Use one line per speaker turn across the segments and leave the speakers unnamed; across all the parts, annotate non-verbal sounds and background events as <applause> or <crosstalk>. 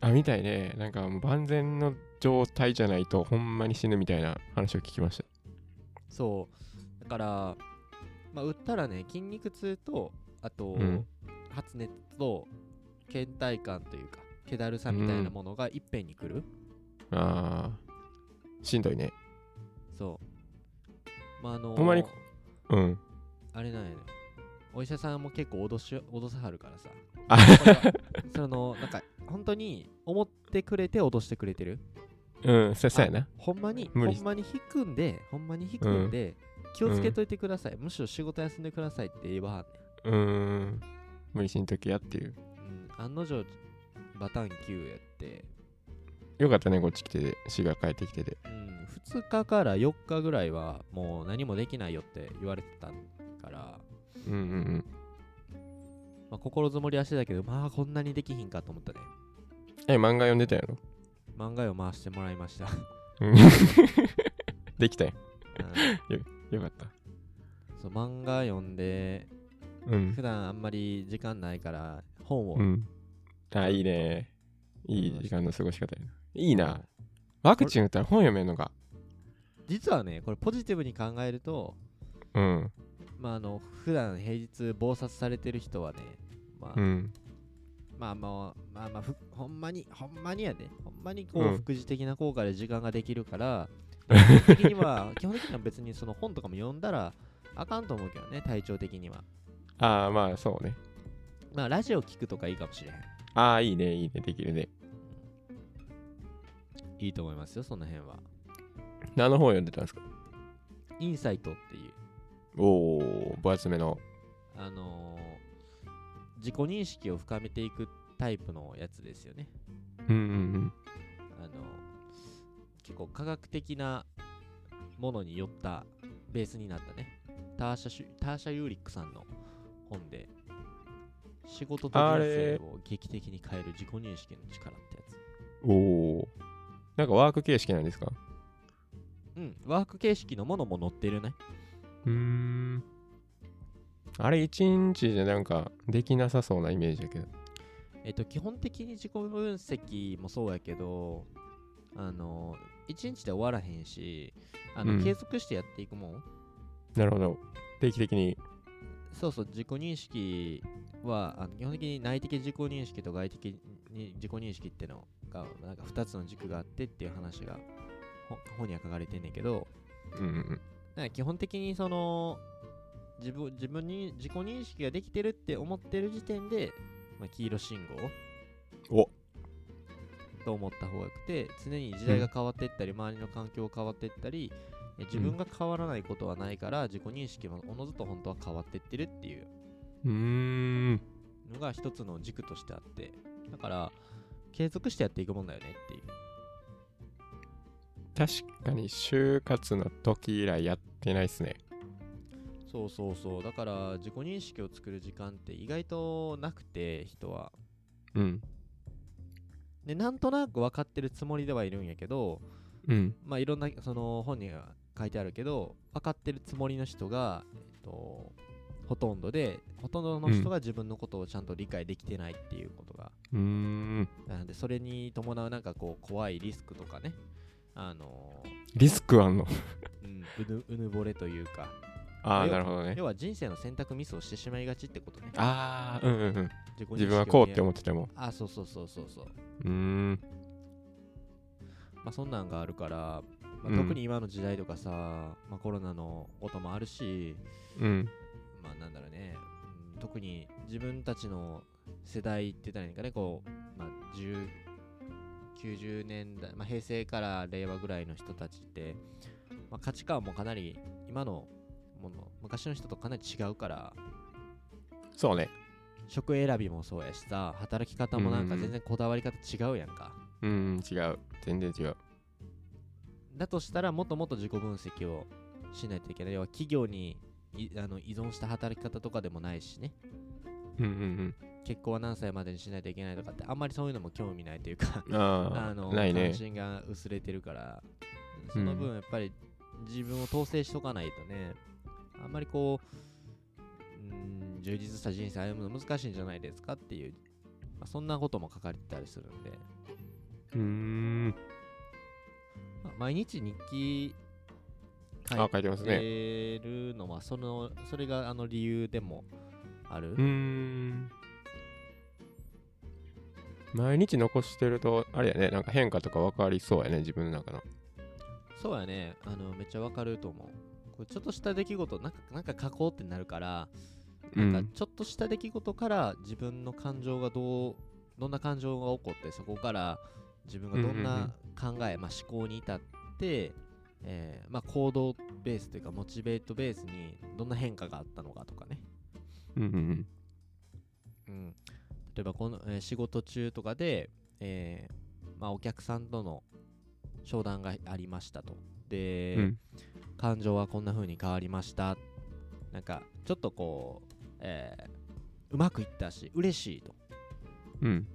あみたいでなんかもう万全の状態じゃないとほんまに死ぬみたいな話を聞きました
そうだから、まあ、売ったらね筋肉痛とあと、
うん
発熱と倦怠感というか気だるさみたいなものがいっぺんに来る、
あーしんどいね
そうまああの
ほんまにうん
あれなんやねお医者さんも結構脅し脅さはるからさ
あ
こ
<laughs>
れはそのなんか本当に思ってくれて脅してくれてる
うんそそうやな
ほんまにほ
無理
んまに引くんでほんまに引くんで、気をつけといてください、むしろ仕事休んでくださいって言えばはんね、
うーん無理しんときやっていうん
うん、案の定バタン級やって、
よかったねこっち来てて市が帰ってきてて
うん、2日から4日ぐらいはもう何もできないよって言われてたから、
うんうんうん
まあ、心づもりはしてたけどまあこんなにできひんかと思ったね
え漫画読んでたやろ
漫画を回してもらいま
<laughs>
した、
うんできたよ
うん
よかった
そう漫画読んで
うん
普段あんまり時間ないから本を、
うんあいいねいい時間の過ごし方やないいなワクチン打ったら本読めんのか
実はねこれポジティブに考えると
うん
まああの普段平日忙殺されてる人はねまあ、
うん
まあまあまあまあふほんまにほんまにやでほんまにこ
う
うん副次的な効果で時間ができる
<laughs>
から、基本的には基本的には別にその本とかも読んだらあかんと思うけどね体調的には
ああまあそうね
まあラジオ聞くとかいいかもしれへん
ああいいねいいねできるね
いいと思いますよその辺は
何の本読んでたんですか
インサイトっていう
おお分厚めの
あのー自己認識を深めていくタイプのやつですよね。
うんうん
あのー結構科学的なものによったベースになったね。ターシャシュターシャ・ユーリックさんの本で、仕事と
あ
人
れ
生を劇的に変える自己認識の力ってやつ。
うんおおなんかワーク形式なんですか
うん、ワーク形式のものも載ってるね。
うーんあれ一日じゃなんかできなさそうなイメージだけど
えっと、基本的に自己分析もそうやけど、あのー、1日で終わらへんし、あの、
うん
継続してやっていくもん。
なるほど定期的に
そうそう、自己認識は、あの基本的に内的自己認識と外的に自己認識ってのが、なんか2つの軸があってっていう話がほ本には書かれてんねんけど、
うんうん
なんか基本的にその、自分自分に自己認識ができてるって思ってる時点で、まあ、黄色信号
お
と思った方がよくて常に時代が変わっていったり、周りの環境が変わっていったりえ自分が変わらないことはないから、自己認識もおのずと本当は変わっていってるっていう
うーん
のが一つの軸としてあってだから継続してやっていくもんだよねっていう
確かに就活の時以来やってないっすね
そうそうそうだから自己認識を作る時間って意外となくて人は
うん
でなんとなく分かってるつもりではいるんやけど
うん
まあいろんなその本には書いてあるけど分かってるつもりの人が、えっと、ほとんどでほとんどの人が自分のことをちゃんと理解できてないっていうことが、
うーん
なのでそれに伴うなんかこう怖いリスクとかねあの
リスクあんの
ーうん、うぬうぬぼれというか
ああ
要は
なるほどね
要は人生の選択ミスをしてしまいがちってことね
ああうんうんうん
自己認識を
自分はこうって
ね
思ってても
あそうそうそうそうそう
うーん
まあ、そんなんがあるから、ま
う
あ、
ん
特に今の時代とかさ、まあ、コロナのこともあるし
うん
まあなんだろうね、うん特に自分たちの世代って言ったらいいのかね、こう、まあ、10 90年代、まあ、平成から令和ぐらいの人たちって、まあ、価値観もかなり今のもの昔の人とかなり違うから
そうね
職選びもそうやしさ働き方もなんか
うん
全然こだわり方違うやんか、
うん違う全然違う
だとしたらもっともっと自己分析をしないといけない要は企業にいあの依存した働き方とかでもないしね
うんうん
結婚は何歳までにしないといけないとかってあんまりそういうのも興味ないというか
うん <laughs> あ
あの
あないね
関心が薄れてるから
う
そ
ん
の分やっぱり自分を統制しとかないとね、あんまりこううん充実した人生歩むの難しいんじゃないですかっていうまあ、そんなことも書かれてたりするんで、
うーん。
まあ、毎日日記書
あ
い、
書いてますね。
てるのはそのそれがあの理由でもある、
うーん。毎日残してると、あれやね、なんか変化とか分かりそうやね、自分の中の。
そうやねあのめっちゃわかると思うこうちょっとした出来事なんかなんか書こうってなるから、
う
なん
ん
か。ちょっとした出来事から自分の感情がどうどんな感情が起こってそこから自分がどんな考え、まあ、思考に至って、えーまあ、行動ベースというかモチベートベースにどんな変化があったのかとかね、
うん
う
うん
ん、例えばこの、えー仕事中とかで、えーまあ、お客さんとの商談がありましたとで、
うん。
感情はこんな風に変わりましたなんかちょっとこう、えーうまくいったし嬉しいと
うん。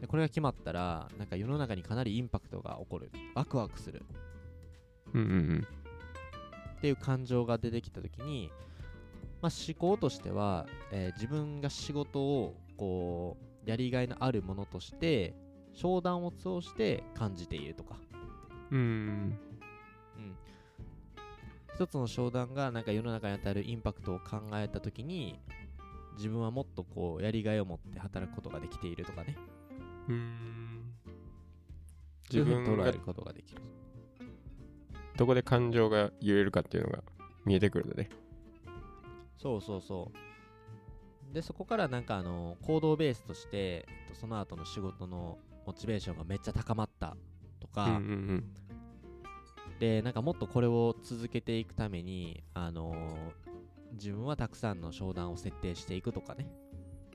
でこれが決まったらなんか世の中にかなりインパクトが起こるワクワクする
うんうんうん。
っていう感情が出てきた時に、まあ、思考としては、えー自分が仕事をこうやりがいのあるものとして商談を通して感じているとか、
うん。
うん、一つの商談がなんか世の中に与えるインパクトを考えた時に自分はもっとこうやりがいを持って働くことができているとかね
うん。
そうい
自
うふうに
分
捉え
が
ることができる
どこで感情が揺れるかっていうのが見えてくるのね。
そうそうそうでそこからなんかあの行動ベースとしてえっとその後の仕事のモチベーションがめっちゃ高まったと
う
か、
んうん
でなんかもっとこれを続けていくためにあのー自分はたくさんの商談を設定していくとかね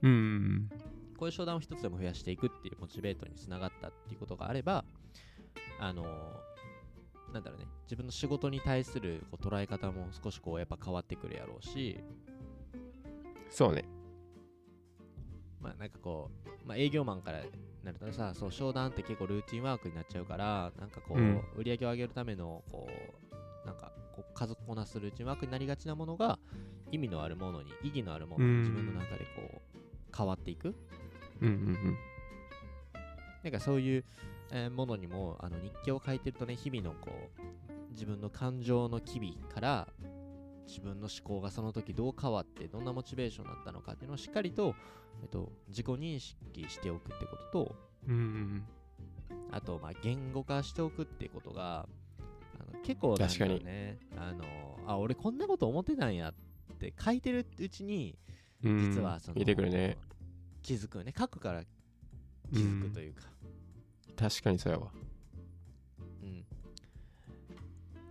うん。うん。
こういう商談を一つでも増やしていくっていうモチベートにつながったっていうことがあればあのーなんだろうね自分の仕事に対するこう捉え方も少しこうやっぱ変わってくるやろうし
そうね。
まあなんかこう、まあ、営業マンからなるとさそう商談って結構ルーティンワークになっちゃうからなんかこう、
うん
売り上げを上げるためのこうなんかこう家族こなすルーティンワークになりがちなものが意味のあるものに意義のあるもの
う
に
ん
自分の中でこう変わっていく
うんうん
なんかそういう、えーものにもあの日記を書いてるとね日々のこう自分の感情の機微から自分の思考がその時どう変わってどんなモチベーションだったのかっていうのをしっかりと、えっと、自己認識しておくってことと
うん。うん
あと、まあ、言語化しておくってことが、あの結構なん
確
だ
かに
ろうね、あの、あ、俺こんなこと思ってたんやって書いてるうちに、
うんうん。
実はその、
見えてくるね。
気づくよね。書くから気づくと
う
いうか。
ん。確かにそうやわ。
うん。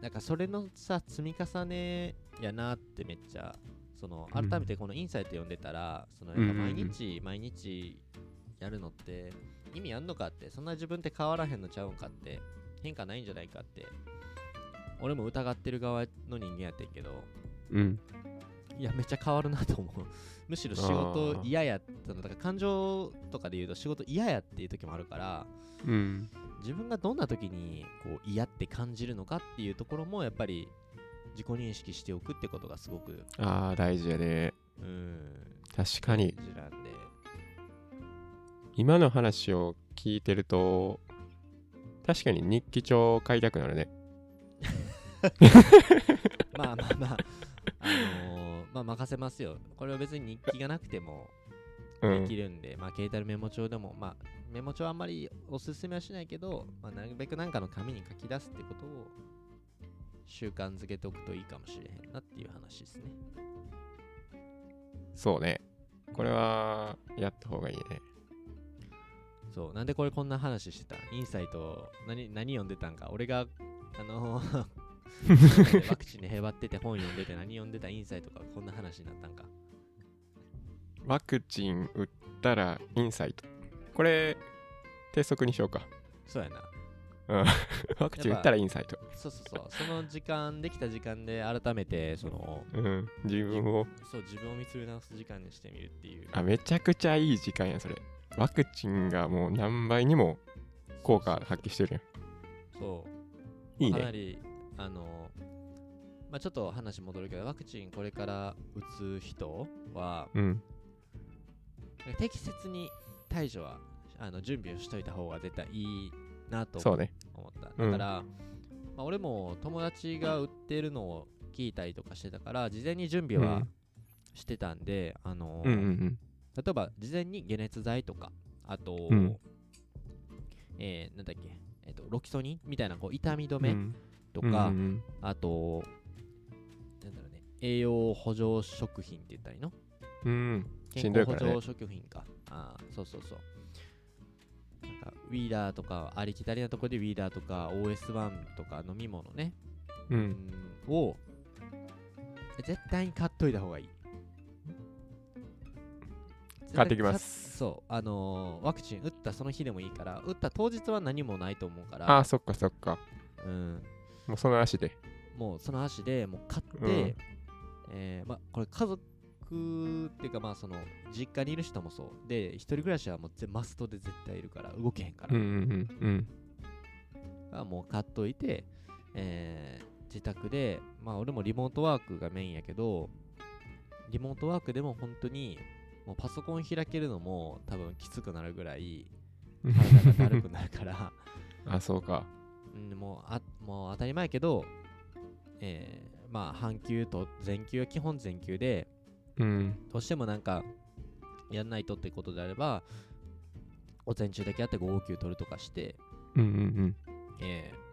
なんかそれのさ、積み重ねやなってめっちゃ、その、
う
改
ん
めてこのインサイト読んでたら、その、
うんうん
やっ
う
ぱ
ん
毎日、毎日やるのって、意味あんのかって、そんな自分って変わらへんのちゃうんかって、変化ないんじゃないかって、俺も疑ってる側の人間やってんけど、
うん。
いや、めっちゃ変わるなと思う。むしろ仕事嫌やったの、だから感情とかで言うと仕事嫌やっていう時もあるから、
うん。
自分がどんな時にこう嫌って感じるのかっていうところもやっぱり自己認識しておくってことがすごく
ああ、大事やね。
うん
確かに。
大事なんで
今の話を聞いてると確かに日記帳を買いたくなるね
まあまあまああのーまあ任せますよこれは別に日記がなくても
う
でき
ん
るんで、まあ携帯のメモ帳でもまあメモ帳はあんまりおすすめはしないけど、まあ、なるべくなんかの紙に書き出すってことを習慣づけておくといいかもしれへんなっていう話ですね
そうねこれはやった方がいいね
そうなんでこれこんな話してたインサイト何何読んでたんか俺があのー
<laughs>
ワクチンでへばってて本読んでて何読んでたインサイトかこんな話になったんか
ワクチン打ったらインサイトこれ低速にしようか
そうやな
ワクチン打ったらインサイト
そうそうそうその時間できた時間で改めてその
うん自分を
そう自分を見つめ直す時間にしてみるっていう
あめちゃくちゃいい時間やそれワクチンがもう何倍にも効果発揮してる
そう
やんいい
かな
ね
りあのまあちょっと話戻るけどワクチンこれから打つ人は
うん
適切に対処はあの準備をしといた方が絶対いいなと
そうね。
思った。だ
うん
から、まあ、俺も友達が売ってるのを聞いたりとかしてたから、事前に準備
う
は
ん
してたんで、あの
うんうんうん。
例えば事前に解熱剤とか、あと、
うん
えーなんだっけ、えっとロキソニンみたいなこう痛み止
う
め
ん
と
うんう
か、
ん
あと、なんだろうね、栄養補助食品って言ったらいいの
うんうん。し
健
んど
康
いか
補
らね
助食品か。あーそうそうそう。なんかウィーダーとかありきたりなところでウィーダーとか OS1 とか飲み物ね、
う。
うんん、を絶対に買っといた方がいい。。
買ってきます
そう、あのーワクチン打ったその日でもいいから、打った当日は何もないと思うから、
ああ、そっかそっか。
うん、
もうその足で。
もうその足でもう買って、
うん
えーま、これ家族っていうかまあその実家にいる人もそうで一人暮らしはもうぜマストで絶対いるから動けへんから
うん、うんうんうん。
あもう買っといて、えー自宅でまあ俺もリモートワークがメインやけどリモートワークでも本当にもうパソコン開けるのも多分きつくなるぐらい体がだるくなる
<laughs>
から
あ、そうか。
うん、もうあもう当たり前やけど、えーまあ半休と全休は基本全休で
うん。
どうしてもなんかやんないとってことであれば午前中だけやって午後休取るとかして、
うんうん
えー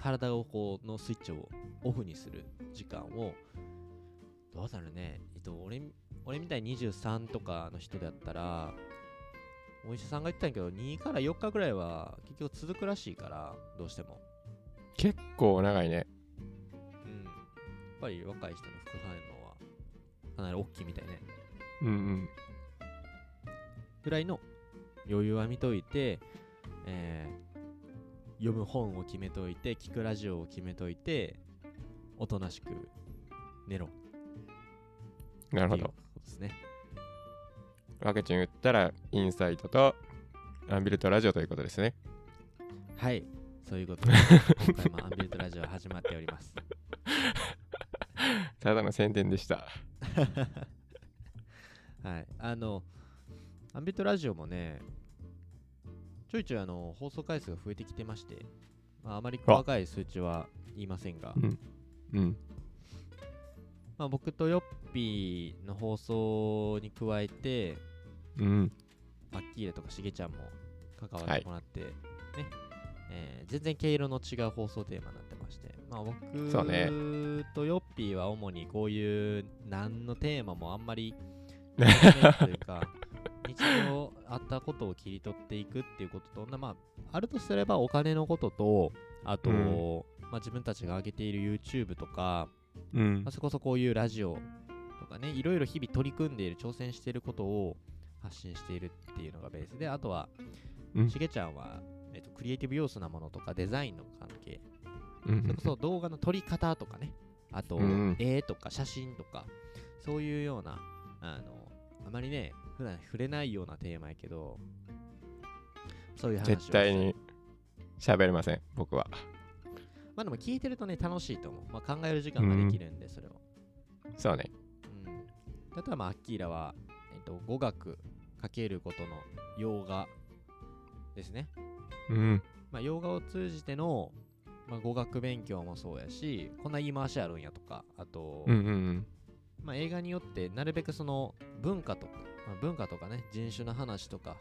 体をこうのスイッチをオフにする時間をどうだろうね、えっと、俺み俺みたいに23とかの人だったらお医者さんが言ってたんやけど2から4日ぐらいは結局続くらしいからどうしても。
うん。結構長いね。
うん、やっぱり若い人の副反応はかなり大きいみたいね。
うんうん。
ぐらいの余裕は見といて、えー読む本を決めといて、聞くラジオを決めといて、おとなしく寝ろっ
な
て
るほ
いうこ
ど。
とですね。
ワクチン打ったら、インサイトとアンビルトラジオということですね。
はい、そういうことで、今回もアンビルトラジオ始まっております。
ただの宣伝でした。
はい、あの、アンビットラジオもね、ちょいちょいあの放送回数が増えてきてまして、まあ、あまり細かい数値は言いませんが、
うん。
まあ、僕とヨッピーの放送に加えて、
うん。
パッキーレとかしげちゃんも関わってもらって、ねえー全然毛色の違う放送テーマになってまして、まあ、僕
そうね
とヨッピーは主にこういう何のテーマもあんま
<laughs>
り考えないというか日常あったことを切り取っていくっていうことと、なまあ、あるとすればお金のこととあと、
うん
まあ、自分たちが上げている YouTube とか、
うん
まあ、。それこそこういうラジオとかね、いろいろ日々取り組んでいる、挑戦していることを発信しているっていうのがベースで、あとは、
うん
しげちゃんは、えっとクリエイティブ要素なものとかデザインの関係、
う
それ
ん
こそ動画の撮り方とかね、あと、
うん
絵とか写真とか、そういうような、あの、あまりね、普段触れないようなテーマやけど、そういう話を
絶対に喋れません、僕は。
まあでも聞いてるとね、楽しいと思う。まあ、考える時間ができるんで、それを。
そうね。
うん、例えば、まあアッキーラは、えっと、語学かけることの洋画ですね。
うん。
まあ、洋画を通じての、まあ、語学勉強もそうやし、こんな言い回しあるんやとか、あと、
うんうん
まあ、映画によってなるべくその文化とか、まあ文化とかね、人種の話とか、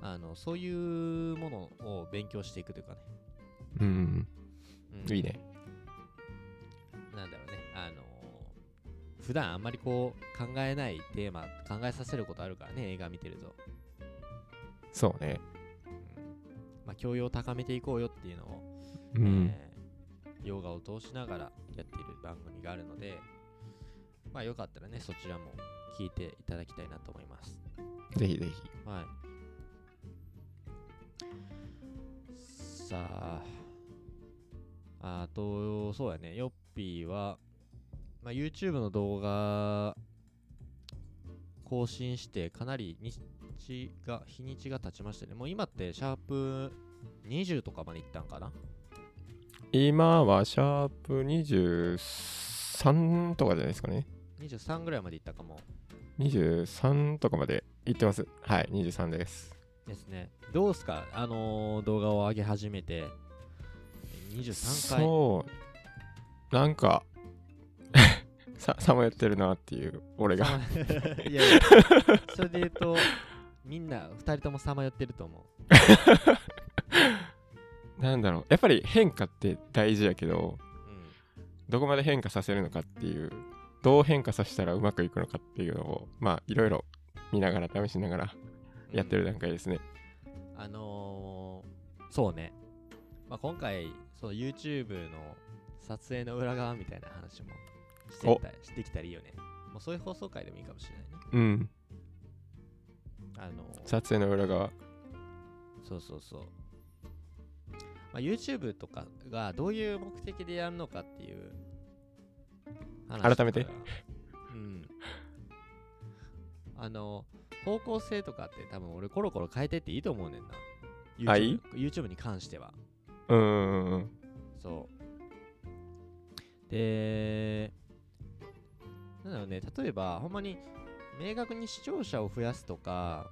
あのそういうものを勉強していくというかね。
うん。うん
う
うんん。いいね。
なんだろうね、あのー普段あんまりこう考えないテーマ、考えさせることあるからね、映画見てると。
そうね。
まあ、教養を高めていこうよっていうのを、
うん。
えーヨガを通しながらやっている番組があるので、まあ、よかったらね、そちらも聞いていただきたいなと思います。
ぜひぜひ。
はい。さあ、あと、そうやね、ヨッピーは、まあ、YouTube の動画更新して、かなり日が、日にちが経ちましたね。もう今って、シャープ20とかまでいったんかな
今はシャープ23とかじゃないですかね。
?23 ぐらいまでいったかも。
23とかまで言ってます。はい、23です。
ですね。どうすかあのー動画を上げ始めて、23回。
そう、なんか、 <laughs> さ、さまやってるなっていう、俺が。
そう <laughs> いやいや、それで言うと、みんな、2人ともさまよってると思う。
なんだろう、やっぱり変化って大事やけど、
うん
どこまで変化させるのかっていう、どう変化させたらうまくいくのかっていうのを、まあ、いろいろ見ながら、試しながらやってる段階ですね。
あのー、そうね、まあ、今回その YouTube の撮影の裏側みたいな話もしていったしてきたらいいよねもうそういう放送回でもいいかもしれないね
うん、
あのー
撮影の裏側。
そうそうそう、まあ、YouTube とかがどういう目的でやるのかっていう話とか
改めて
うんあのー方向性とかって多分俺コロコロ変えてっていいと思うねんな YouTube,
あいい
YouTube に関しては
うーん、
そう。で、なんだろうね、例えば、ほんまに明確に視聴者を増やすとか、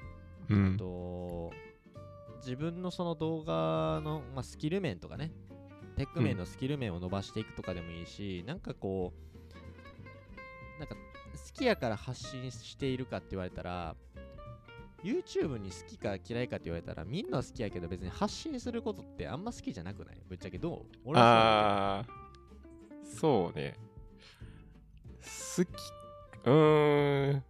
う
あ
ん、
と自分のその動画の、まあ、スキル面とかね、テック面のスキル面を伸ばしていくとかでもいいし、なんかこう、なんか好きやから発信しているかって言われたら、YouTube に好きか嫌いかって言われたらみんなは好きやけど別に発信することってあんま好きじゃなくないぶっちゃけどう俺はそう思うけど
ああーそうね好きうーん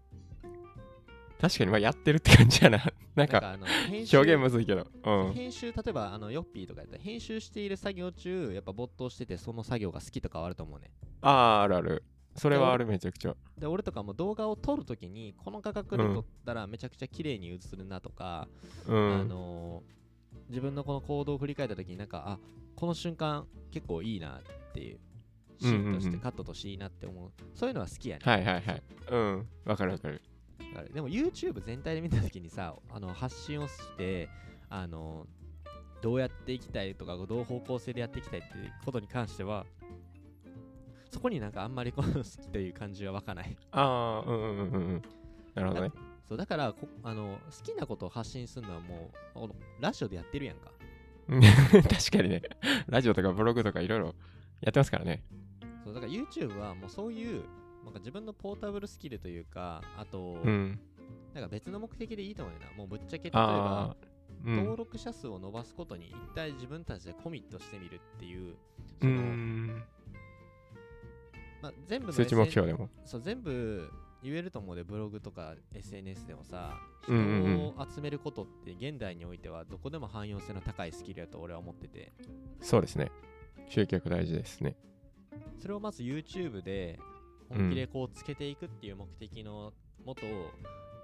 確かにまあやってるって感じやな <laughs> なんか
あの編
表現むずいけどうん
編集例えばあのヨッピーとかやったら編集している作業中やっぱ没頭しててその作業が好きとかはあると思うね
あああるあるそれはあるめちゃくちゃ
で俺とかも動画を撮るときにこの画角で撮ったらめちゃくちゃ綺麗に映るなとか、
う
あ
ん
のー自分のこの行動を振り返ったときになんかあこの瞬間結構いいなっていうシーンと
うんうん
し
う
て
ん
カットとしていいなって思う、そういうのは好きやね
はいはいはいうんわかるわかる
あれでも YouTube 全体で見たときにさあの発信をしてあのどうやっていきたいとかどう方向性でやっていきたいっていうことに関してはそこになんかあんまりこの好きという感じは湧かない
ああうんうんうんうんなるほどね <laughs>
そうだからこあの好きなことを発信するのはもうこのラジオでやってるやんか
うん確かにねラジオとかブログとかいろいろやってますからね
そうだから YouTube はもうそういうなんか自分のポータブルスキルというかあと、
うん
なんか別の目的でいいと思うよなもうぶっちゃけ例えば
ああう
登
ん
録者数を伸ばすことに一体自分たちでコミットしてみるっていうそうの、
ん
まあ、全部の
数値目
SN
標でも
そう全部言えると思うでブログとか SNS でもさ
う
人
んうんうん
を集めることって現代においてはどこでも汎用性の高いスキルやと俺は思ってて
そうですね集客大事ですね
それをまず YouTube で本気でこうつけていくっていう目的のもとを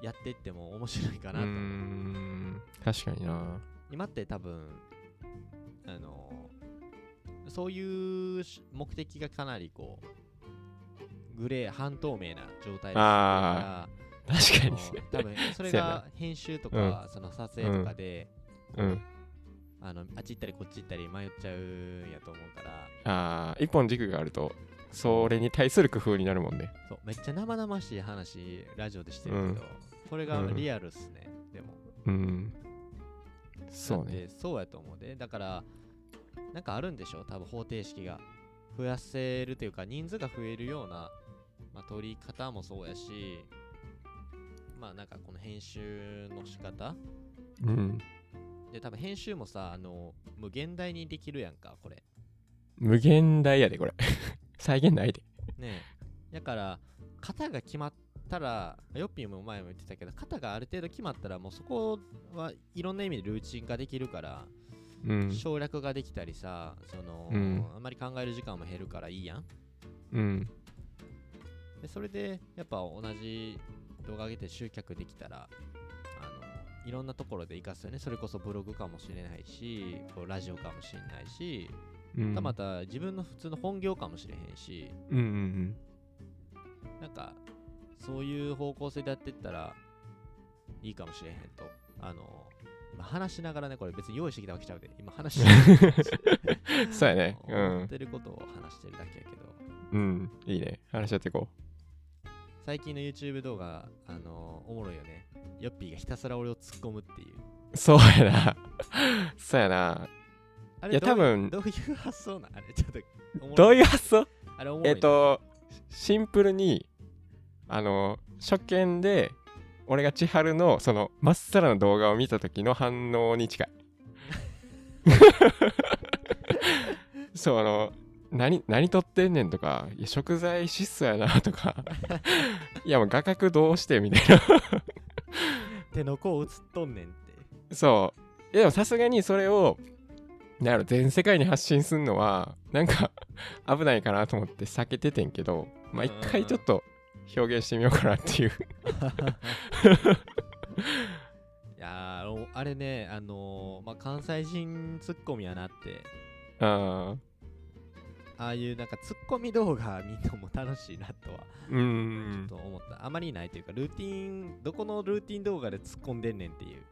やっていっても面白いかな
う
と
ーん確かにな
今って多分あのそういうし目的がかなりこうグレー半透明な状態でするから
確
あ
かに
の多分それ
そうやな
が編集とかその撮影とかで、
<laughs> うん
あのあっち行ったりこっち行ったり迷っちゃうんやと思うから
あー一本軸があるとそれに対する工夫になるもんね
そうめっちゃ生々しい話ラジオでしてるけど、
うん
これがリアルっすね、でも
うんそ
だ
う
っ
ね
てそうやと思うでだからなんかあるんでしょ多分方程式が増やせるというか人数が増えるような、まあ、取り方もそうやしまあなんかこの編集の仕方
うん
で多分編集もさあの無限大にできるやんかこれ
無限大やでこれ <laughs> 再現ないで
ねえだから型が決まったらヨッピーも前も言ってたけど型がある程度決まったらもうそこはいろんな意味でルーチンができるから
うん
省略ができたりさその、
うん
あんまり考える時間も減るからいいやん
うん
でそれでやっぱ同じ動画上げて集客できたらあのいろんなところで活かすよねそれこそブログかもしれないしこうラジオかもしれないし、
うん
また自分の普通の本業かもしれへんし
うんうん
なんかそういう方向性でやってったらいいかもしれへんとあの今話しながらねこれ別に用意してきたわけちゃうで今話しながら
<laughs> うんそうやねう
思っ
ん
てることを話してるだけやけど
うんいいね話し合っていこ
最近の YouTube 動画、あのおもろいよね。ヨッピーがひたすら俺を突っ込むっていう。
そうやな。 <laughs> そうやな。
あ
いや
どう
多分
どういう発想なんあれ、ちょっとおもろ。
どういう発想
あれおもろい
え
な
っ、と、シンプルに、あの、初見で、俺が千春のそのまっさらな動画を見た時の反応
<laughs>
に近い。そうあの何何撮ってんねんとかいや食材質素やなと
<laughs>
かいやもう画角どうしてみたいな
手の甲映っとんねんって。 <laughs>
そういやでもさすがにそれをなんやろ全世界に発信すんのはなんか <laughs> 危ないかなと思って避けててんけどまあ
うん
一
うんうん
回ちょっと表現してみようかなっていう <laughs>
いやーおあれね、あのーまあ、関西人ツッコミやなって、
あー
ああいうなんかツッコミ動画見るのも楽しいなとは、
う
ちょっ
ん
と思った。あまりないというか、ルーティン、どこのルーティン動画で突っ込んでんねんっていう。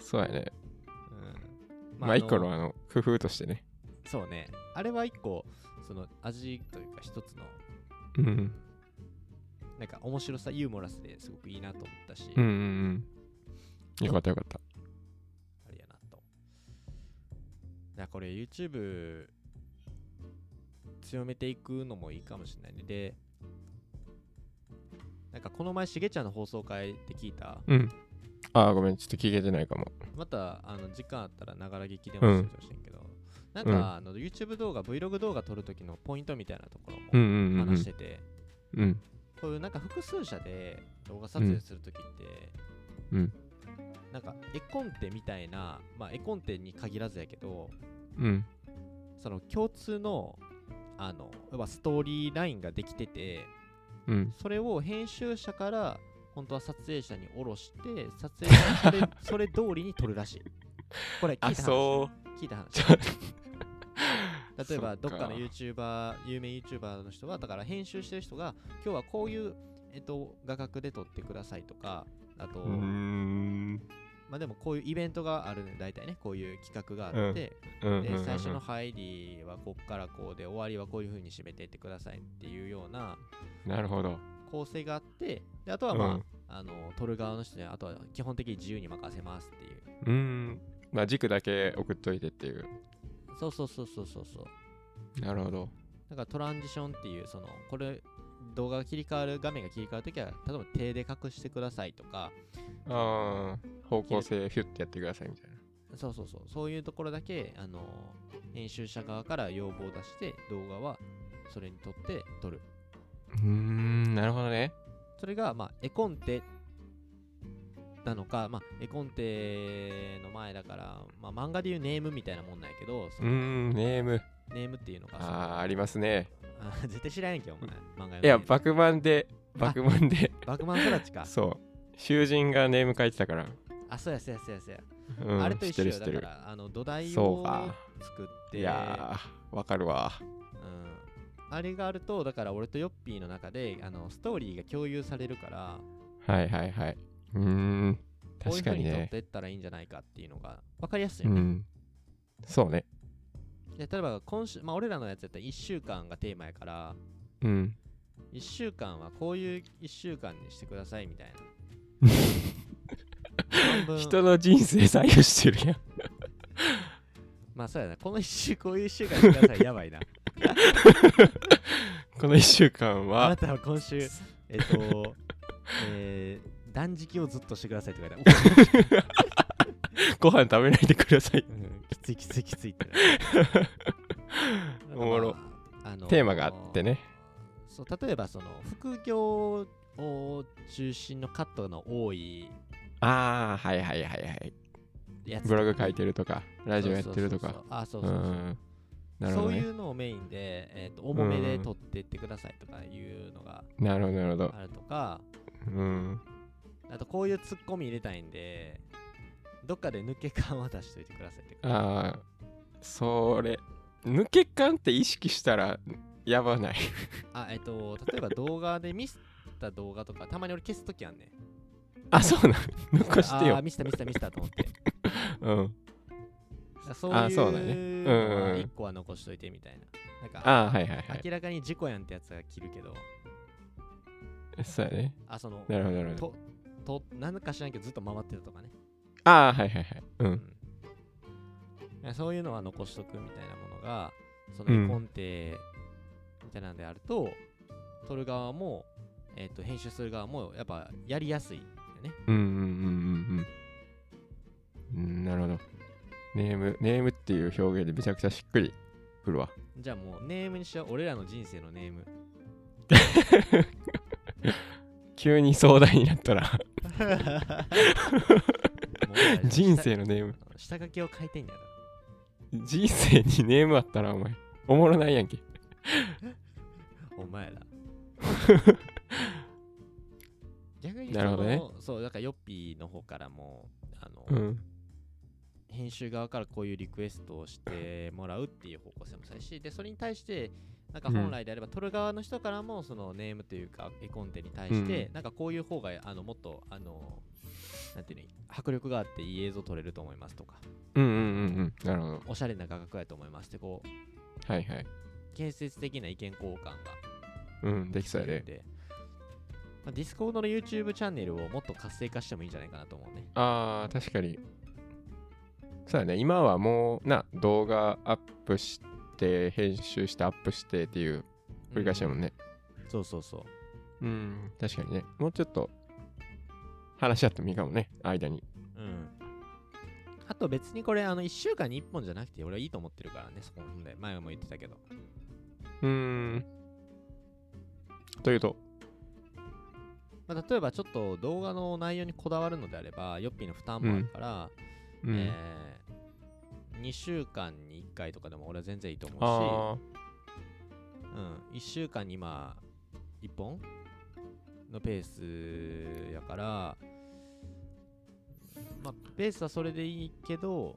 そうやね
うん
まあ一個
の
のあの工夫としてね
そうね。あれは一個、その味というか一つの、
うん
なんか面白さ、ユーモラスですごくいいなと思ったし、
うんうんうんよかったよかった
あれやなと。いや、これ YouTube 強めていくのもいいかもしれないね。で、なんかこの前、しげちゃんの放送会って聞いた、
うんあーごめんちょっと聞けてないかも
またあの時間あったらながら劇でもしてほしいんけど、なんか、
うん
あの YouTube 動画、Vlog 動画撮る時のポイントみたいなとこ
う
ろ
ん
も
うんうんう
話し
ん
てて、
うん
こういうなんか複数社で動画撮影するときって、
うん
なんか絵コンテみたいな、まあ、絵コンテに限らずやけど
うん
その共通のあの要はストーリーラインができてて
うん
それを編集者から本当は撮影者に下ろして撮影者
<laughs>
がそれそれ通りに撮るらしいこれ聞いた話
う
聞い
<laughs>
た話
ちょっと
例えばど
そっ
っか
か
の YouTuber 有名 YouTuber の人がだから編集してる人が今日はこういう、えっと、画角で撮ってくださいとかあと、
うーん
まあでもこういうイベントがあるね大体ねこういう企画があって、
うんうんうん
で最初の入りはこっからこうで終わりはこういう風に締めていってくださいっていうような
なるほど
構成があってであとはまあ、
うん
あの撮る側の人にあとは基本的に自由に任せますっていう
うーんまあ軸だけ送っといてっていう
そうそうそうそうそうそう
なるほど
なんかトランジションっていうそのこれ動画が切り替わる画面が切り替わるときは例えば手で隠してくださいとか
あー方向性ヒュッてやってくださいみたいな
そうそうそうそういうところだけあの編集者側から要望を出して動画はそれにとって撮る
うーんなるほどね
それがまあ絵コンテなのか、まあ、絵コンテの前だから、まあ、漫画でいうネームみたいなもんなんやけどそう
ー
の
んネーム
ネームっていうのがその
あーありますね
あ <laughs> 絶対知らんやんけお前漫画の
いや
ネーム
バクマンでバクマンで
バクマン育ち
<laughs>
か
そう囚人がネーム書いてたから、
あそうやそうやそうやそうや
うん、
あれと一緒
知
よ
って
だ
る知
か
って
らあの土台
そう
を
か
作って
るいやーわかるわ
うん、あれがあるとだから俺とヨッピーの中であのストーリーが共有されるから
はいはいはいうーん
こうい
確
う
か
風
に
に撮っ
ね
ていったらいいんじゃないかっていうのが分かりやすいうよね、
んそうね
で例えば今週、まあ、俺らのやつやったら1週間がテーマやから
うん
1週間はこういう1週間にしてくださいみたい
<laughs>
な半分
人の人生左右してるやん
まあそうやなこの1週こういう1週間にしてくださいやばいな
この1週間
あな
は
たは今週 <laughs> えっ、とえー断食をずっとしてくださいって書いてある
ご飯食べないでください
うんきついきついきついってな
おもろ
なんかまああの
テーマがあってね
そう例えばその副業を中心のカットの多い
ああはいはいはいはい
やつ
ブログ書いてるとかラジオやってると
そうそ
か
うそうそうあそう
う
そうそう、
んなるほど
そう
ね
いうのをメインで、えー、と重めで撮ってってくださいとかいうのが
なるほどなるほど
あるとか
うん
あとこういうツッコミ入れたいんでどっかで抜け感は出しといてくださいとか
ああそれ抜け感って意識したらやばない <laughs>
あえっ、と例えば動画でミスった動画とかたまに俺消すときあんねん
あそうなん残して
あー
よ <laughs>
ミスったミスったミスったと思って
うん
そう
あそうだね
いう
うんうん
のは一個は残しといてみたいな。なんか
ああ、はいはいはい。
明らかに事故やんってやつは切るけど、
そうやね。
あ、その、
なるほど、なるほど。
と、と、なんか知らんけどずっと回ってたとかね。
ああ、はいはいはい。うん。
うん、そういうのは残しとくみたいなものがその絵コンテみたいなんであると、撮る側も、えっと編集する側もやっぱやりやすいよね
うんうんうんうんうんうんなるほどネームネームっていう表現でめちゃくちゃしっくりくるわ
じゃあもうネームにしよう俺らの人生のネーム
急に壮大になったら
もう俺ら
人生のネーム
下下書きを書いてんだよ
人生にネームあったらお前おもろないやんけ
お前ら逆に
なるほどね
そのそうだからヨッピーの方からもあの、
うん
編集側からこういうリクエストをしてもらうっていう方向性もそうやしでそれに対してなんか
うん
本来であれば撮る側の人からもそのネームというか絵コンテに対して
う
なんかこういう方があのもっとあのなんていうの迫力があっていい映像撮れると思いますとか
うんうんうんうんなるほど
おしゃれな画角やと思いますってこう
はいはい
建設的な意見交換が
うんできそうや
で
で
きるんで、まあ、ディスコードの YouTube チャンネルをもっと活性化してもいいんじゃないかなと思うね
あー確かにそうやね今はもうな動画アップして編集してアップしてっていう繰り返しやもんね
うんそうそうそう
うん確かにねもうちょっと話し合ってもいいかもね間に
うん。あと別にこれ、あの、1週間に1本じゃなくて、俺はいいと思ってるからね、そこの問題。前も言ってたけど。
うーん。というと、
まあ、例えばちょっと動画の内容にこだわるのであれば、ヨッピーの負担もあるから、
うん
え2週間に1回とかでも俺は全然いいと思う
あ
し、うん、1週間にまあ、1本のペースやから、まあ、ペースはそれでいいけど、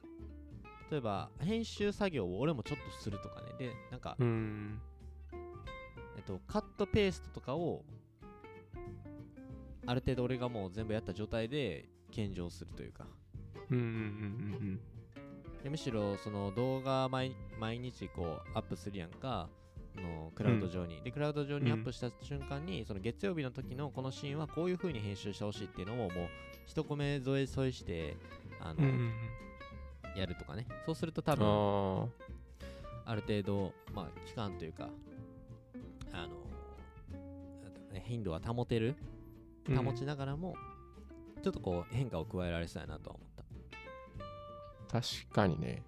例えば編集作業を俺もちょっとするとかね。で、なんか
ー、うん。
えっと、カットペーストとかをある程度俺がもう全部やった状態で献上するというか
うんうんうん
でむしろその動画毎毎日こうアップするやんかあのクラウド上に、でクラウド上にアップした瞬間に、その月曜日の時のこのシーンはこういう風に編集してほしいっていうのをもう一コメ添え添えしてあ
うんうん。う
の、
んうん
やるとかねそうすると多
うん。
分
ああ。
ある程度、まあ、期間というか、あのなんだろうね、頻度は保てる、
うん
保ちながらも、ちょっとこう変化を加えられそうやなとは思った。
確かにね。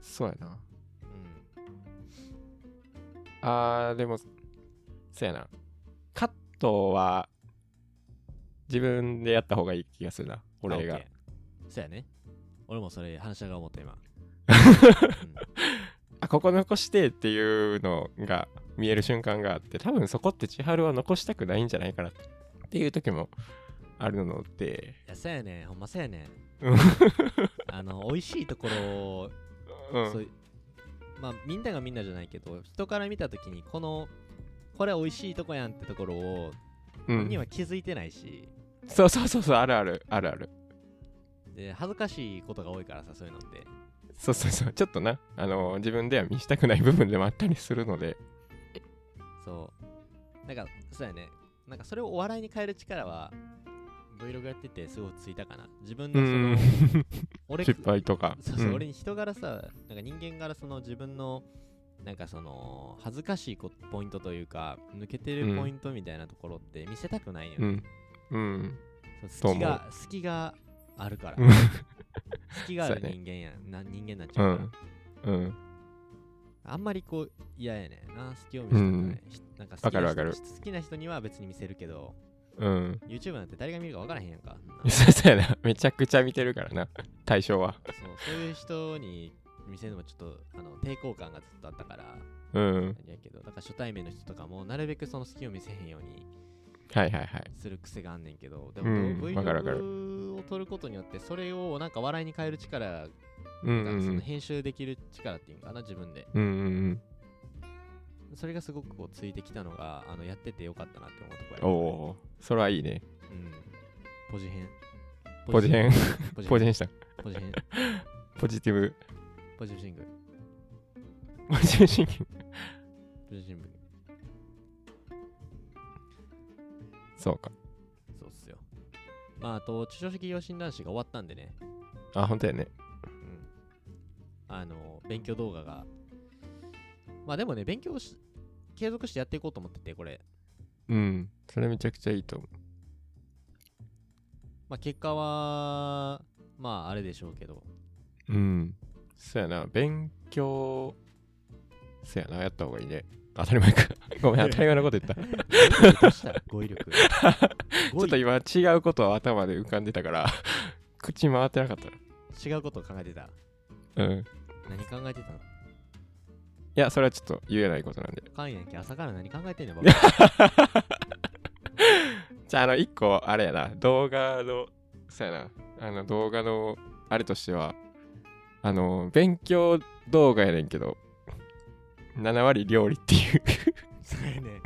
そうやな。あー、でも、そうやな。カットは、自分でやった方がいい気がするな。
うん、
俺
あ
が。。
OK そうやね。俺もそれ、反射が思った
<laughs>
今。
あ、ここ残してっていうのが見える瞬間があって、多分そこって千春は残したくないんじゃないかなっていう時もあるので、
いや、そうやねんほんまそうやねん
うん
あの、美味しいところを、
うん
そういまあ、みんながみんなじゃないけど、人から見たときに、この、これ美味しいとこやんってところを、
うん
には気づいてないし、
そうそうそうそうあるあるあるある
で恥ずかしいことが多いからさ、そういうのって。
そうそうそうちょっとなあのー自分では見したくない部分でもあったりするので
そう。なんか、そうやね。なんかそれをお笑いに変える力は、Vlog やっててすごいついたかな。自分
う
のその
ん、
俺、
失敗とか
そうそう、
ん
俺に人柄さ、なんか人間柄その自分の、なんかその、恥ずかしいこポイントというか、抜けてるポイントみたいなところって見せたくないよ
う
ね。
んうん
その隙が、隙があるから
うん。
隙がある
そうやね
人間やん。な人間になっち
う
ゃうから。
んうん
あんまりこう嫌やねんな、隙を見せたくない。ひなんか好きな人
わかるわかる
好きな人には別に見せるけど、
うん
YouTube なんて誰が見るか分からへんやんか。
<laughs> そうそうやなめちゃくちゃ見てるからな対象は
そうそういう人に見せるのもちょっとあの抵抗感がずっとあったから、
うん
やけど、だから初対面の人とかもなるべくその好きを見せへんように
はいはいはい
する癖があんねんけど、で
う
も
んわかるわかる
Vlog を撮ることによって、それをなんか笑いに変える力が、
うんうん
そうの
ん
編集できる力っていうのかな、自分で。
うんうん
それがすごくこうついてきたのが、あのやっててよかったなって思うとこ
うんお
ろやね
おーそれはいいね
うん、ポジ編。
ポジ編
ポジ
ポジ
編。
にした
ポジシン
ポジティブ、
ポジシング
ポジティブシンキング。
ポジシング
そうか。
そうっすよまああと中小企業診断士が終わったんでね、
あ、本当やね。
うん、あの勉強動画がまあでもね勉強し継続してやっていこうと思っててこれ
うん。それめちゃくちゃいいと思
まあ結果はまああれでしょうけ
<laughs>
ど
う。うん。そうやな。勉強、そうやな。やった方がいいね。当たり前か。ごめん、当たり前のこと言った。ち
どうした語彙
<laughs>
力
ょ
語
っと
彙
今、違うことを頭で浮かんでたから、 <laughs> 口回ってなかった
違うことを考えてた
な。うん。い
何考えてたの
や、それはちょっと言えないことなんで。
かんやんけ朝から何考えてんの
じゃあ、あの、一個、あれやな、動画の、そうやな、あの、動画の、あれとしては、あの、勉強動画やねんけど、7割料理っていう <laughs>
そうやね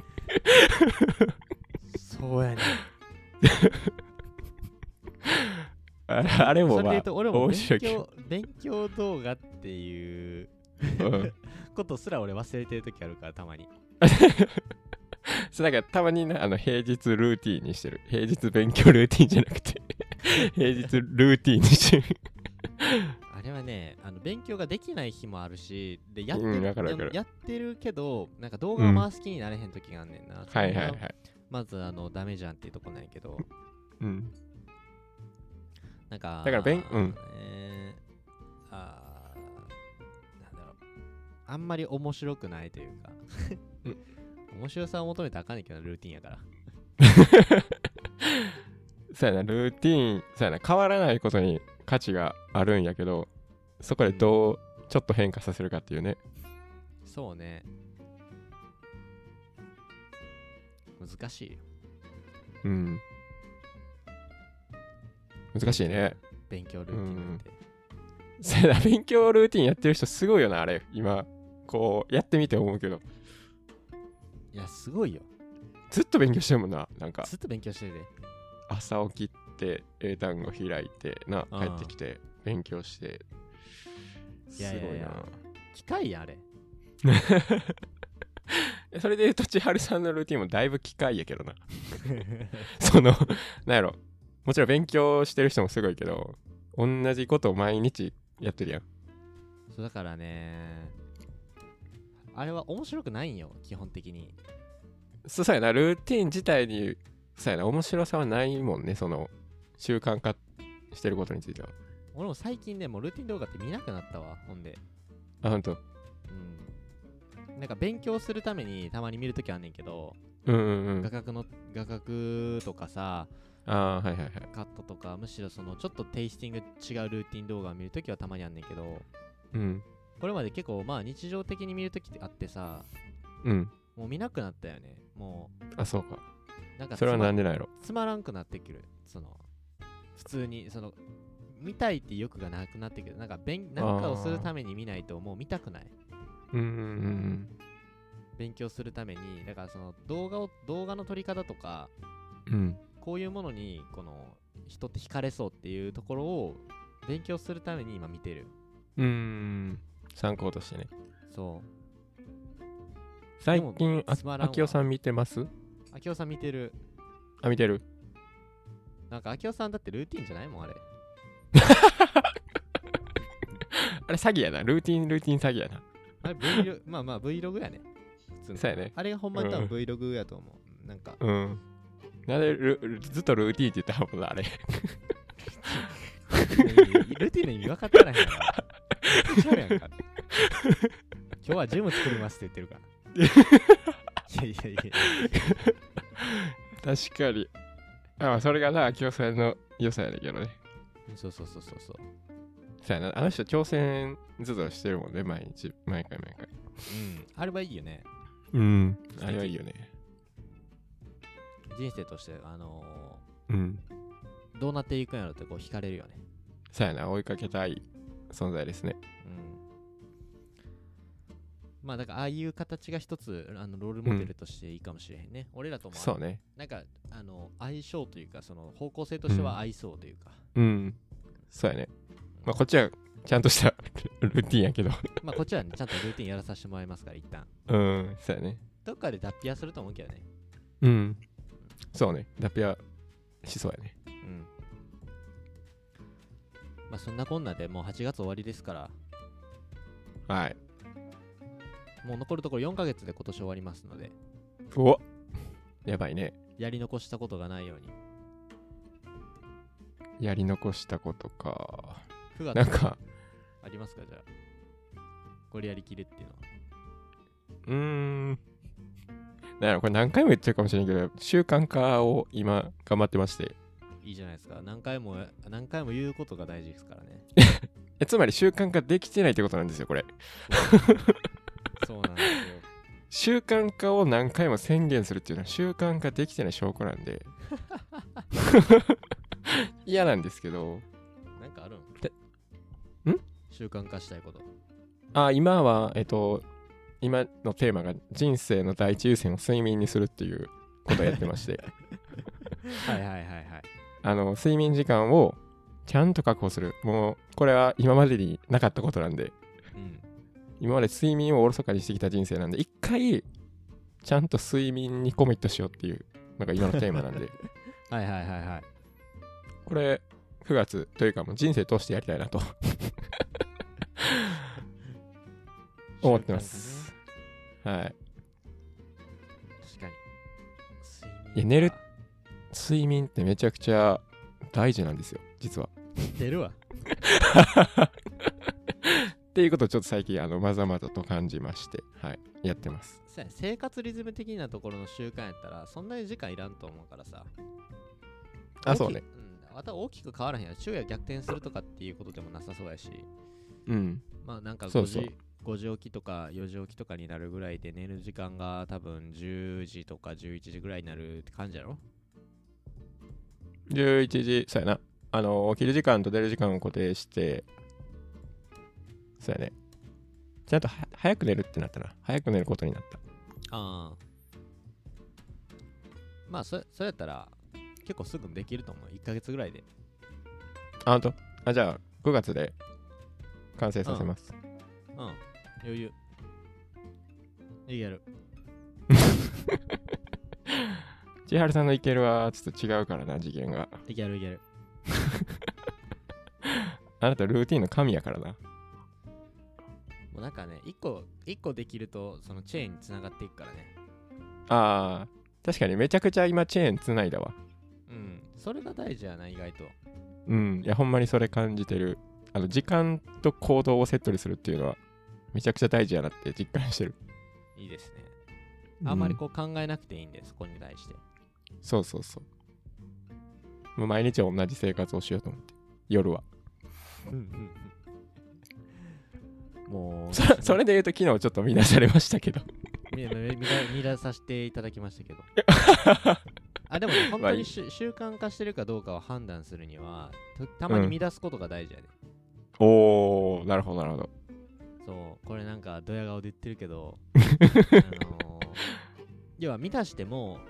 そうやね
あれ、あれ
そ
も
れで
ま
言
あ
う、と俺も
面
勉
白いけ
強勉強動画っていう
ど、うん。
ことすら俺忘れてる時あるからたまに
そうなんか、たまにな、あの、平日ルーティーンにしてる。平日勉強ルーティーンじゃなくて、 <laughs> 平日ルーティーンにしてる。
あれはねあの勉強ができない日もあるしでやって
うん
る、
わかるわかる
やってるけどなんか動画を回す気になれへん時があんねんな、そ
は
れ
い
が
はいはい。
まずあのダメじゃんっていうとこなんやけ
<laughs>
ど
うん。
なんか、
だから勉うん
えーあーなんだろう、あんまり面白くないというか、
う
<laughs> 面白さを求めてあかんねんけど、ルーティンやから。
そうやな、ルーティーン、そうやな、変わらないことに価値があるんやけど、そこでどう、ちょっと変化させるかっていうね。
そうね。難しいよ。
うん。難しいね。
勉強ルーティンなんて。
そうやな、勉強ルーティンやってる人すごいよな、あれ。今、こう、やってみて思うけど、
いや、すごいよ。
ずっと勉強してるもんな。なんか、
ずっと勉強してて。
朝起きて、英単語開いて、な、
うん
帰ってきて、勉強して。す
いやいやいや
ごいな。
機械やあ
<laughs>
れ。
それで言うと、千春さんのルーティンもだいぶ機械やけどな。 <laughs> その、なんやろ、もちろん勉強してる人もすごいけど、同じことを毎日やってるやん。
そうだからね。あれは面白くないんよ、基本的に。
そうそうやな、ルーティン自体に、そうやな、面白さはないもんね、その、習慣化してることについては。
俺も最近ね、もうルーティン動画って見なくなったわ、ほんで。
あ、ほんと。
うんなんか勉強するためにたまに見るときあんねんけど、
うんうんうん
画。角の画角とかさ
ああー、はいはいはい。
カットとかむしろそのちょっとテイスティング違うルーティン動画を見るときはたまにあんねんけど
うん。
これまで結構まあ日常的に見るときってあってさ
うん。
もう見なくなったよねも
あ、そうか。
うなんかつ
それはなんでなんやろ。
まつまらんくなってくるその普通にその見たいっていう欲がなくなってくるなんか勉なんかをするために見ないともう見たくない
うんうんうん
勉強するためにだからその動画を動画の撮り方とか
うん。うん。
こういうものにこの人って惹かれそうっていうところを勉強するために今見てる
うーん。参考としてね。
そ
最近、あ
つまらんわ
きおさん見てます
う明夫さん見てる
あ、見てる。
なんか明夫さんだってルーティンじゃないもんあれ
あれ、詐欺やな。ルーティン、ルーティン詐欺やな。
<laughs> あれ Vlog まあまあ Vlog やね普通の
そうやね。
あれがほんまに多
うん
分 Vlog やと思う、なんか
うん。なんでルルずっとルーティーンって言ったもんな、あれ。
ルーティンの意味分かってないからちゃうやんか今日はジム作りますって言ってるから <laughs> いやいやいや
確かに。あ、まあ、それがな、京さんの良さやねんけどね。
そうそうそうそうそう
そうやな、あの人挑戦ずっとしてるもんね、毎日、毎回毎回。
うんあれはいいよね
うん。あれはいいよね。
人生としてあの
うん。
ーどうなっていくんやろってこう惹かれるよね
そうやな、追いかけたい存在ですね。
まあだからああいう形が一つあのロールモデルとしていいかもしれへんね、俺らともあ
そうね。
なんかあの相性というかその方向性として
うん
は合いそうというか、
うん。そうやね。
うん
まあ、こっちはちゃんとした <laughs> ルーティンやけど。
まあこっちはねちゃんとルーティンやらさせてもらいますから一旦
うん、そうやね。
どっかで脱皮はすると思うけどね
うん。そうね。ダピアしそうやね。
うんまあそんなこんなでもう8月終わりですから
はい。
もう残るところ4ヶ月で今年終わりますので
おやばいね。
やり残したことがないように
やり残したことか。
9月
なんか、
ありますかじゃあこれやりきるっていうのは
うーん。なんやろこれ何回も言ってるかもしれんけど、習慣化を今頑張ってまして。
いいじゃないですか何回も何回も言うことが大事ですからね
えつまり習慣化できてないってことなんですよ、これ。
そうなんですよ
習慣化を何回も宣言するっていうのは習慣化できてない証拠なんで <laughs> 嫌なんですけど
<laughs> なんかあるん
てん
習慣化したいこと
あ今はえっと今のテーマが人生の第一優先を睡眠にするっていうことをやってまして
はいはいはいはい
あの睡眠時間をちゃんと確保するもうこれは今までになかったことなんで
うん
今まで睡眠をおろそかにしてきた人生なんで一回ちゃんと睡眠にコミットしようっていうのが今のテーマなんで
はいはいはいはい
これ9月というかもう人生通してやりたいなと思ってます。はい。
習慣化ね確かに
いや寝る睡眠ってめちゃくちゃ大事なんですよ、実は。
寝るわ
っていうことをちょっと最近、あの、まざまざと感じまして、はい、やってます。
そうやね生活リズム的なところの習慣やったらそんなに時間いらんと思うからさ
あ、そう
大
ね
き。うん、また大きく変わらへんやん昼夜逆転するとかっていうことでもなさそうやし
うん。
まあなんか5時
そうそう
5時起きとか4時起きとかになるぐらいで寝る時間が多分10時とか11時ぐらいになるって感じやろ
11時、そうやな。あの、起きる時間と出る時間を固定して、そうやね。ちゃんとは早く寝るってなったな。早く寝ることになった。
ああまあそそれやったら結構すぐできると思う1ヶ月ぐらいで
あ、ほんとあ、じゃあ、9月で完成させます。
うん余裕いいやる
千春さんのいけるはちょっと違うからな、次元が。
いけるいける
あなたルーティンの神やからな。
もうなんかね1個一個できるとそのチェーンにつながっていくからね
ああ、確かにめちゃくちゃ今チェーンつないだわ。
うんそれが大事やな意外と
うん、いやほんまにそれ感じてる。あの時間と行動をセットにするっていうのはめちゃくちゃ大事やなって実感してる。
いいですねあんまり
う
こう考えなくていいんで、そこに対して
そうそうそう。もう毎日同じ生活をしようと思って。夜は。
もう
<laughs> そそれで言うと昨日ちょっと見なされましたけど。
みみみ見ら見らさせていただきました
<laughs>
けどあでも、ね、本当
まあい
に
い
しゅ、習慣化してるかどうかを判断するにはとたまに見出すことが大事やね、
<laughs> おー、なるほどなるほど。
そうこれなんかドヤ顔で言ってるけ
<laughs>
どあのー要は見出しても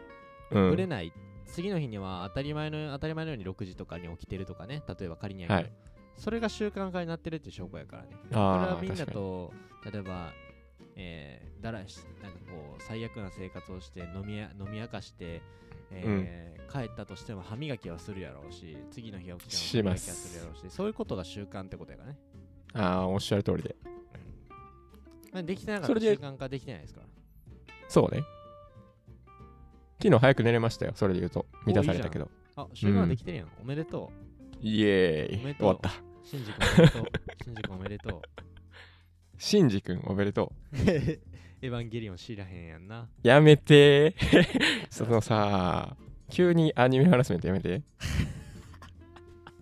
う
ぶれ
ん。
ない、次の日には当たり前の当たり前のように6時とかに起きてるとかね例えば仮にやけど、
はい
それが習慣化になってるって証拠やからねこれ
あ
は
あ、
みんな
確かに。
と例えば、えーだらしなんかこう最悪な生活をして飲みや飲み明かして、えー帰ったとしても歯磨きはするやろうし次の日起きても歯磨きはするやろうしそういうことが習慣ってことやからね、
ああ、おっしゃる通りで。
まあ、できてなかっ
そ
た
れ
ら
で
習慣化できてないですから
そうね。昨日早く寝れましたよ。それで言うと。満たされたけど。
あ習慣できてるやん、おめでと
イエ
おめ
ー
で
イ終
と
わ
う
った
う新宿おめ
<laughs>
でとう新宿おめでと
シンジ君おめでと
うエヴァンゲリオン知らへんやん
<laughs>
な
うやめて <laughs> ーそのさ急にアニメハラスメントやめて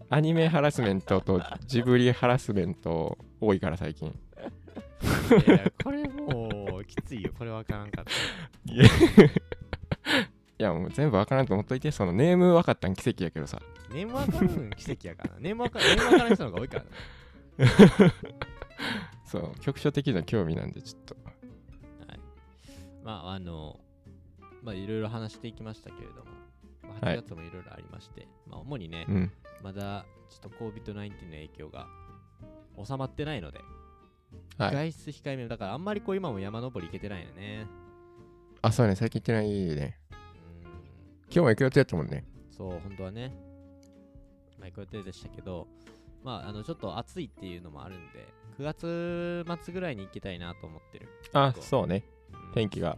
アニメハラスメントとジブリハラスメント多いから最近
いやいやこれもうきついよこれわからんかった
いやもう全部わからんと思っといてそのネーム分かったん奇跡やけどさ
ネームわからん奇跡やからな。ネームわかネームわからん人の方が多いからな。
そう局所的な興味なんでちょっと
まあ、あの、まあ、いろいろ話していきましたけれども、まあ
はい
8月もいろいろありまして、まあ、主にね
う、ん
まだちょっと COVID-19 の影響が収まってないので、
は
外
い
出控えめだからあんまりこう今も山登り行けてないよね
あ、そうね、最近行ってないね。
う
今日も行く予定だったもんね。
んそう本当はねまあ行く予定でしたけどまああのちょっと暑いっていうのもあるんで9月末ぐらいに行きたいなと思ってる、
あ
そ、う
そうね。
うん
天気が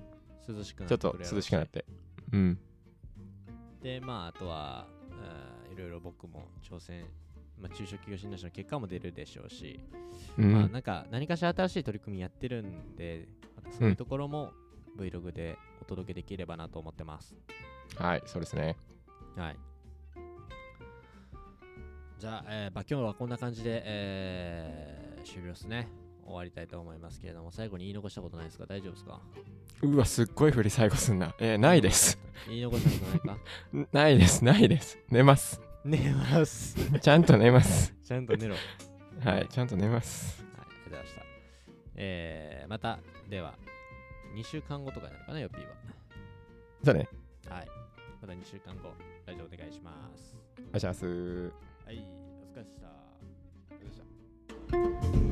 涼しくな
ちょ
て
っと
くるやろ
涼
う
しくなって。うん。
でまああとはうんいろいろ僕も挑戦まあ、中小企業診断士の結果も出るでしょうし、
うん。
まあ、なんか何かしら新しい取り組みやってるんで、またそういうところも Vlog でお届けできればなと思ってます。
はい、そうですね。
はい。じゃあ、えーまあ、今日はこんな感じで、えー終了ですね。終わりたいと思いますけれども、最後に言い残したことないですか大丈夫ですか
うわ、すっごい振り最後すんな。えーないです。。
言い残したことないか <laughs>
んないです、ないです。寝ます。
寝ます。
ちゃんと寝ます。
ちゃんと寝ろ。
はい、ちゃんと寝ます。
はい、ありがとうございました。えー、また、では、2週間後とかになるかな、ヨッピー
じゃあね、
は。はい。また2週間後、ラジオお願いします。
お願いします。
はい、お疲れ様でした。
よいしょ